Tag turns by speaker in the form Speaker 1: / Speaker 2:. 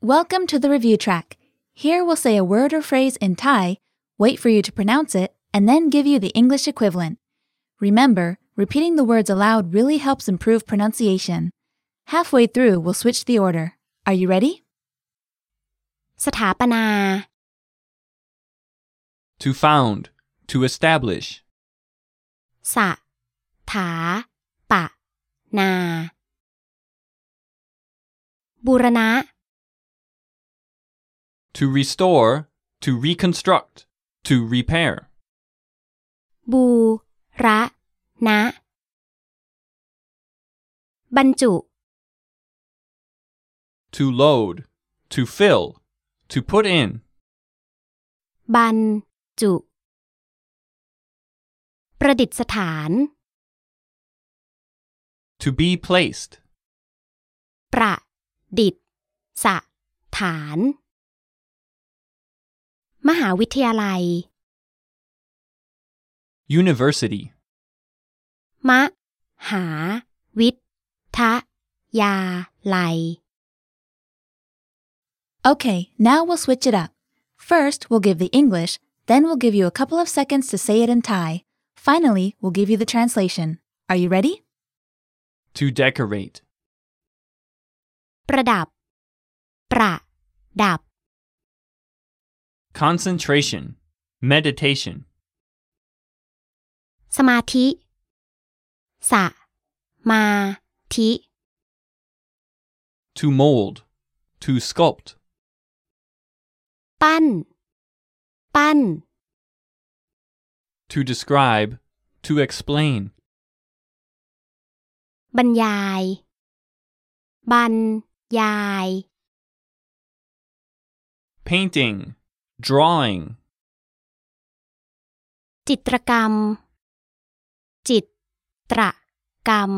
Speaker 1: Welcome to the review track. Here we'll say a word or phrase in Thai, wait for you to pronounce it, and then give you the English equivalent. Remember, repeating the words aloud really helps improve pronunciation. Halfway through, we'll switch the order. Are you ready?
Speaker 2: สถาปนา
Speaker 3: To found. To establish.
Speaker 2: สะ ถา ปะ นา บูรณะ
Speaker 3: To restore. To reconstruct. To repair.
Speaker 2: บูระนะ บรรจุ
Speaker 3: To load. To fill. To put in.
Speaker 2: บรรจุ ประดิษฐาน
Speaker 3: To be placed.
Speaker 2: ประดิษสถาน มหาวิทยาลัย
Speaker 3: University.
Speaker 2: มหาวิทยาลัย
Speaker 1: Okay, now we'll switch it up. First, we'll give the English, then we'll give you a couple of seconds to say it in Thai. Finally, we'll give you the translation. Are you ready?
Speaker 3: To decorate.
Speaker 2: ประดับ ประดับ
Speaker 3: Concentration. Meditation.
Speaker 2: สมาธิ สะ มาธิ
Speaker 3: To mold. To sculpt.
Speaker 2: ปั้น ปั้น
Speaker 3: To describe. To explain.
Speaker 2: บรรยาย บรรยาย
Speaker 3: Painting. Drawing.
Speaker 2: จิตรกรรม จิตรกรรม